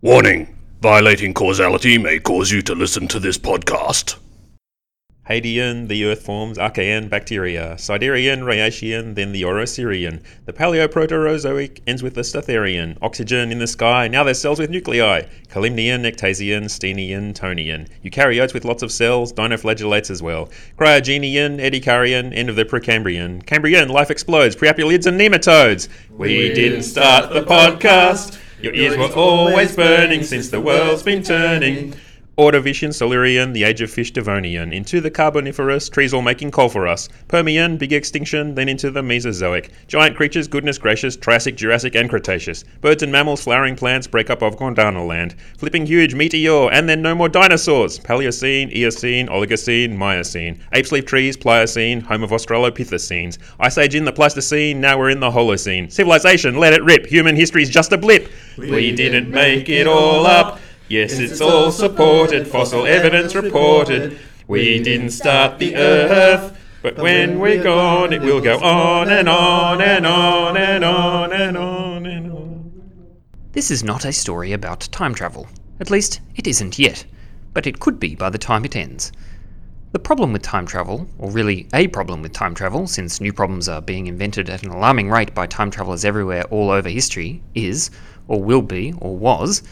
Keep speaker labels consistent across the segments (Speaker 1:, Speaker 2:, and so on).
Speaker 1: Warning violating causality may cause you to listen to this podcast.
Speaker 2: Hadean, the earth forms, Archaean, bacteria, Siderian, Riacean, then the Orosirian. The Paleoproterozoic ends with the Statherian, oxygen in the sky, now there's cells with nuclei, Calimnian, Ectasian, Stenian, Tonian. Eukaryotes with lots of cells, dinoflagellates as well. Cryogenian, Edicarian, end of the Precambrian. Cambrian, life explodes, Priapulids and nematodes. We didn't start the podcast. Your ears were always burning since the world's been turning. Ordovician, Silurian, the age of fish, Devonian, into the Carboniferous, trees all making coal for us. Permian, big extinction, then into the Mesozoic. Giant creatures, goodness gracious, Triassic, Jurassic, and Cretaceous. Birds and mammals, flowering plants, breakup of Gondwana land. Flipping huge, meteor, and then no more dinosaurs. Paleocene, Eocene, Oligocene, Miocene. Apes leave trees, Pliocene, home of Australopithecines. Ice Age in the Pleistocene, now we're in the Holocene. Civilization, let it rip, human history's just a blip. We didn't make it all up. Yes, it's all supported, fossil evidence reported. We didn't start the Earth, but when we're gone, it will go on and on and on and on and on and on.
Speaker 3: This is not a story about time travel. At least, it isn't yet. But it could be by the time it ends. The problem with time travel, or really a problem with time travel, since new problems are being invented at an alarming rate by time travelers everywhere all over history, is, or will be, or was,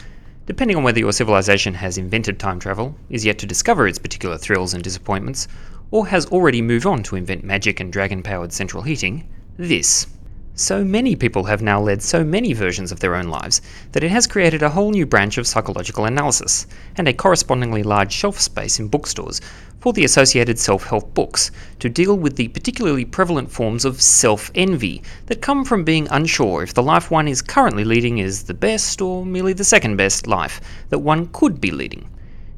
Speaker 3: depending on whether your civilization has invented time travel, is yet to discover its particular thrills and disappointments, or has already moved on to invent magic and dragon powered central heating, this. So many people have now led so many versions of their own lives that it has created a whole new branch of psychological analysis and a correspondingly large shelf space in bookstores for the associated self help books to deal with the particularly prevalent forms of self envy that come from being unsure if the life one is currently leading is the best or merely the second best life that one could be leading.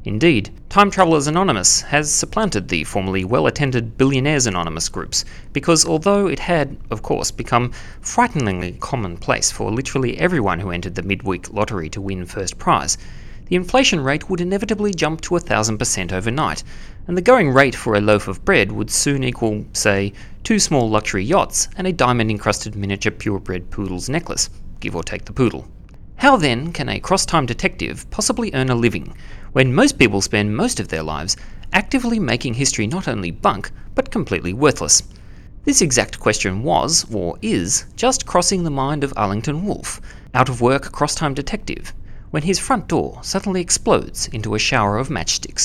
Speaker 3: Indeed, Time Travelers Anonymous has supplanted the formerly well attended Billionaires Anonymous groups because although it had, of course, become frighteningly commonplace for literally everyone who entered the midweek lottery to win first prize, the inflation rate would inevitably jump to 1000% overnight, and the going rate for a loaf of bread would soon equal, say, two small luxury yachts and a diamond encrusted miniature purebred poodle's necklace, give or take the poodle. How then can a cross time detective possibly earn a living when most people spend most of their lives actively making history not only bunk but completely worthless? This exact question was, or is, just crossing the mind of Arlington Wolfe, out of work cross time detective, when his front door suddenly explodes into a shower of matchsticks.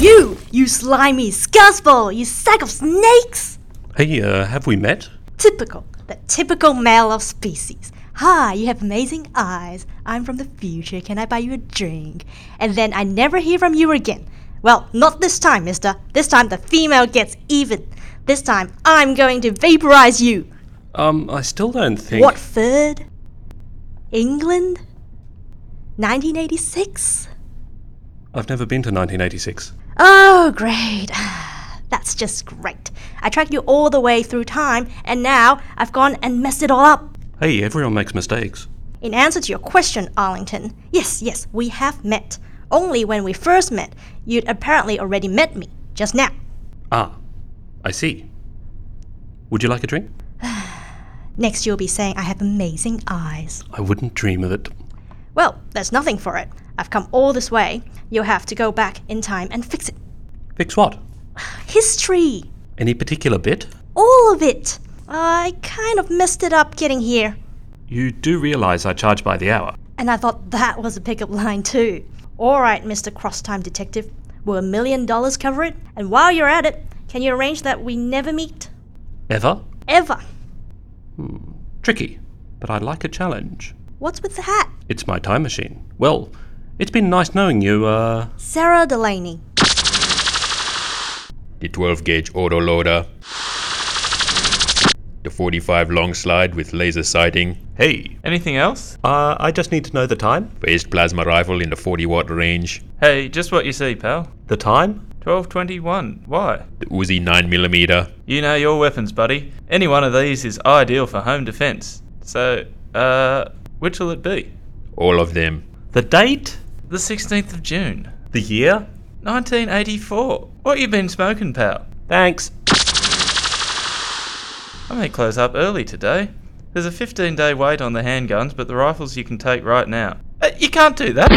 Speaker 4: You, you slimy scuzzball, you sack of snakes!
Speaker 1: Hey, uh, have we met?
Speaker 4: Typical, the typical male of species. Hi, you have amazing eyes. I'm from the future. Can I buy you a drink? And then I never hear from you again. Well, not this time, mister. This time the female gets even. This time I'm going to vaporize you.
Speaker 1: Um, I still don't think.
Speaker 4: Watford? England? 1986?
Speaker 1: I've never been to 1986.
Speaker 4: Oh, great. That's just great. I tracked you all the way through time, and now I've gone and messed it all up.
Speaker 1: Hey, everyone makes mistakes.
Speaker 4: In answer to your question, Arlington, yes, yes, we have met. Only when we first met, you'd apparently already met me, just now.
Speaker 1: Ah, I see. Would you like a drink?
Speaker 4: Next, you'll be saying I have amazing eyes.
Speaker 1: I wouldn't dream of it.
Speaker 4: Well, there's nothing for it. I've come all this way. You'll have to go back in time and fix it.
Speaker 1: Fix what?
Speaker 4: History!
Speaker 1: Any particular bit?
Speaker 4: All of it! I kind of messed it up getting here.
Speaker 1: You do realise I charge by the hour.
Speaker 4: And I thought that was a pickup line too. Alright, Mr. Cross Time Detective. Will a million dollars cover it? And while you're at it, can you arrange that we never meet?
Speaker 1: Ever?
Speaker 4: Ever.
Speaker 1: Tricky, but I like a challenge.
Speaker 4: What's with that?
Speaker 1: It's my time machine. Well, it's been nice knowing you, uh.
Speaker 4: Sarah Delaney.
Speaker 2: The 12 gauge autoloader. The 45 long slide with laser sighting.
Speaker 5: Hey, anything else?
Speaker 1: Uh, I just need to know the time.
Speaker 2: Phased plasma rifle in the 40 watt range.
Speaker 5: Hey, just what you see, pal.
Speaker 1: The time?
Speaker 5: 1221. Why?
Speaker 2: The Uzi 9mm.
Speaker 5: You know your weapons, buddy. Any one of these is ideal for home defense. So, uh, which will it be?
Speaker 2: All of them.
Speaker 1: The date?
Speaker 5: The 16th of June,
Speaker 1: The year?
Speaker 5: 1984. What you been smoking, pal?
Speaker 1: Thanks.
Speaker 5: I may close up early today. There's a 15 day wait on the handguns, but the rifles you can take right now. Uh, you can't do that.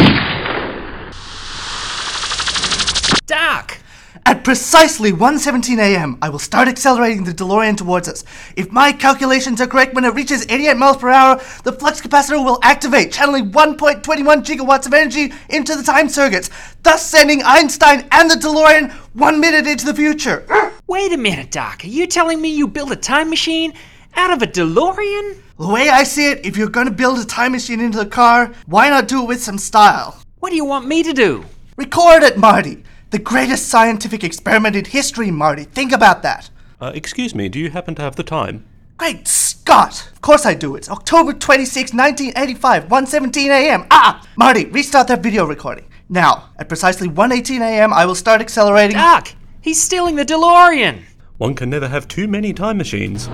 Speaker 3: Dark!
Speaker 6: At precisely 1:17 a.m., I will start accelerating the DeLorean towards us. If my calculations are correct, when it reaches 88 miles per hour, the flux capacitor will activate, channeling 1.21 gigawatts of energy into the time circuits, thus sending Einstein and the DeLorean one minute into the future.
Speaker 3: Wait a minute, Doc. Are you telling me you built a time machine out of a DeLorean?
Speaker 6: The way I see it, if you're going to build a time machine into the car, why not do it with some style?
Speaker 3: What do you want me to do?
Speaker 6: Record it, Marty. The greatest scientific experiment in history, Marty. Think about that.
Speaker 1: Uh, excuse me, do you happen to have the time?
Speaker 6: Great Scott! Of course I do. It's October 26, 1985, 1.17 a.m. Ah! Marty, restart that video recording. Now, at precisely 1.18 a.m., I will start accelerating.
Speaker 3: Doc, he's stealing the DeLorean!
Speaker 1: One can never have too many time machines.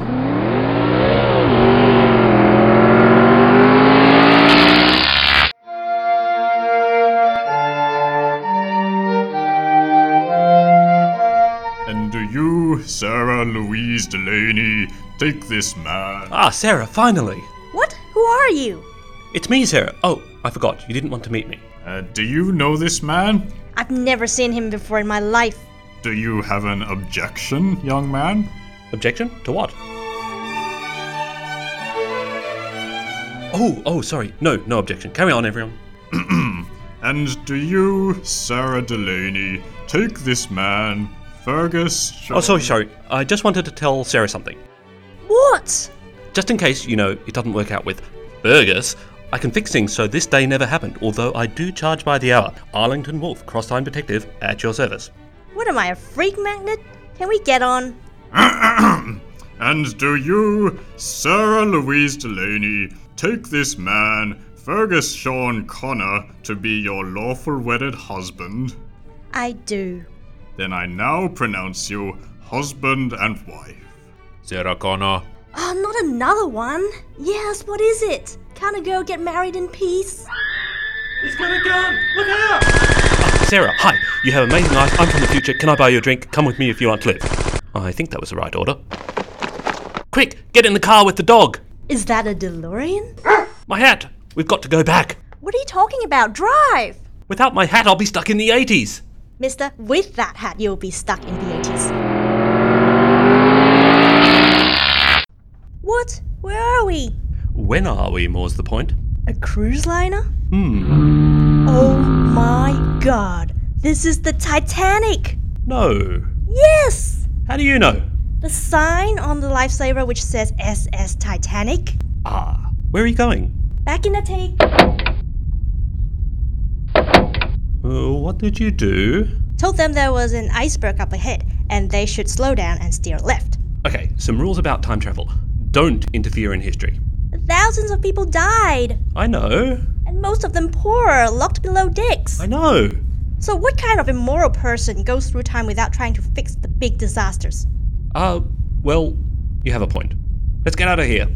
Speaker 7: And do you, Sarah Louise Delaney, take this man?
Speaker 1: Ah, Sarah, finally!
Speaker 4: What? Who are you?
Speaker 1: It's me, Sarah. Oh, I forgot. You didn't want to meet me.
Speaker 7: Uh, do you know this man?
Speaker 4: I've never seen him before in my life.
Speaker 7: Do you have an objection, young man?
Speaker 1: Objection? To what? Oh, oh, sorry. No, no objection. Carry on, everyone.
Speaker 7: And do you, Sarah Delaney, take this man, Fergus?
Speaker 1: Oh, sorry, sorry. I just wanted to tell Sarah something.
Speaker 4: What?
Speaker 1: Just in case, you know, it doesn't work out with Burgess, I can fix things so this day never happened, although I do charge by the hour. Arlington Wolf, cross time detective, at your service.
Speaker 4: What am I, a freak magnet? Can we get on?
Speaker 7: And do you, Sarah Louise Delaney, take this man, Fergus Sean Connor, to be your lawful wedded husband?
Speaker 4: I do.
Speaker 7: Then I now pronounce you husband and wife.
Speaker 2: Sarah Connor.
Speaker 4: Oh, not another one. Yes, what is it? Can't a girl get married in peace?
Speaker 5: He's got a gun! Look out!
Speaker 1: Sarah, hi. You have amazing eyes. I'm from the future. Can I buy you a drink? Come with me if you want to live. I think that was the right order. Quick, get in the car with the dog.
Speaker 4: Is that a DeLorean?
Speaker 1: My hat. We've got to go back.
Speaker 4: What are you talking about? Drive!
Speaker 1: Without my hat, I'll be stuck in the 80s.
Speaker 4: Mister, with that hat, you'll be stuck in the 80s. What? Where are we?
Speaker 1: When are we, more's the point? Hmm.
Speaker 4: A cruise liner? Hmm. Oh my god. This is the Titanic!
Speaker 1: No.
Speaker 4: Yes!
Speaker 1: How do you know?
Speaker 4: The sign on the lifesaver which says SS Titanic.
Speaker 1: Ah, where are you going?
Speaker 4: Back in the take.
Speaker 1: Uh, what did you do?
Speaker 4: Told them there was an iceberg up ahead and they should slow down and steer left.
Speaker 1: Okay, some rules about time travel. Don't interfere in history.
Speaker 4: Thousands of people died,
Speaker 1: I know.
Speaker 4: and most of them poor, locked below decks.
Speaker 1: I know.
Speaker 4: So, what kind of immoral person goes through time without trying to fix the big disasters?
Speaker 1: Uh, well, you have a point. Let's get out of here.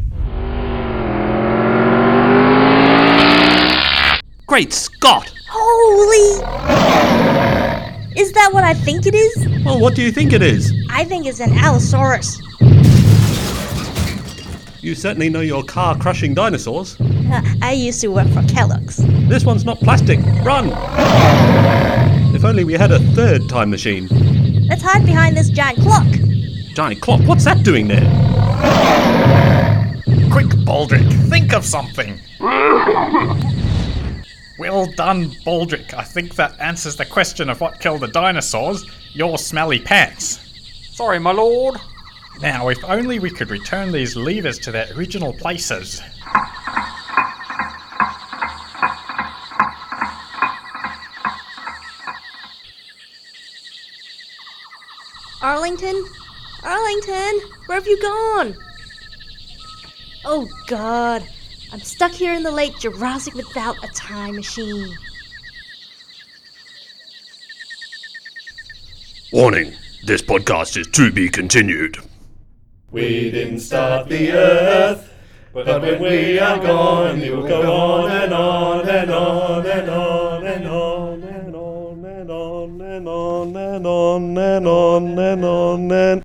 Speaker 1: Great Scott!
Speaker 4: Holy! Is that what I think it is?
Speaker 1: Well, what do you think it is?
Speaker 4: I think it's an Allosaurus.
Speaker 1: You certainly know your car crushing dinosaurs.
Speaker 4: I used to work for Kellogg's.
Speaker 1: This one's not plastic. Run! If only we had a third time machine.
Speaker 4: Let's hide behind this giant clock.
Speaker 1: Giant clock, what's that doing there?
Speaker 8: Quick, Baldric, think of something! well done, Baldric. I think that answers the question of what killed the dinosaurs your smelly pants.
Speaker 3: Sorry, my lord.
Speaker 8: Now, if only we could return these levers to their original places.
Speaker 4: Arlington? Arlington? Where have you gone? Oh god, I'm stuck here in the late Jurassic without a time machine.
Speaker 1: Warning this podcast is to be continued.
Speaker 9: We didn't start the earth, but when we are gone, it will go on and on and on and on and on and on and on and on and on and on and on and on.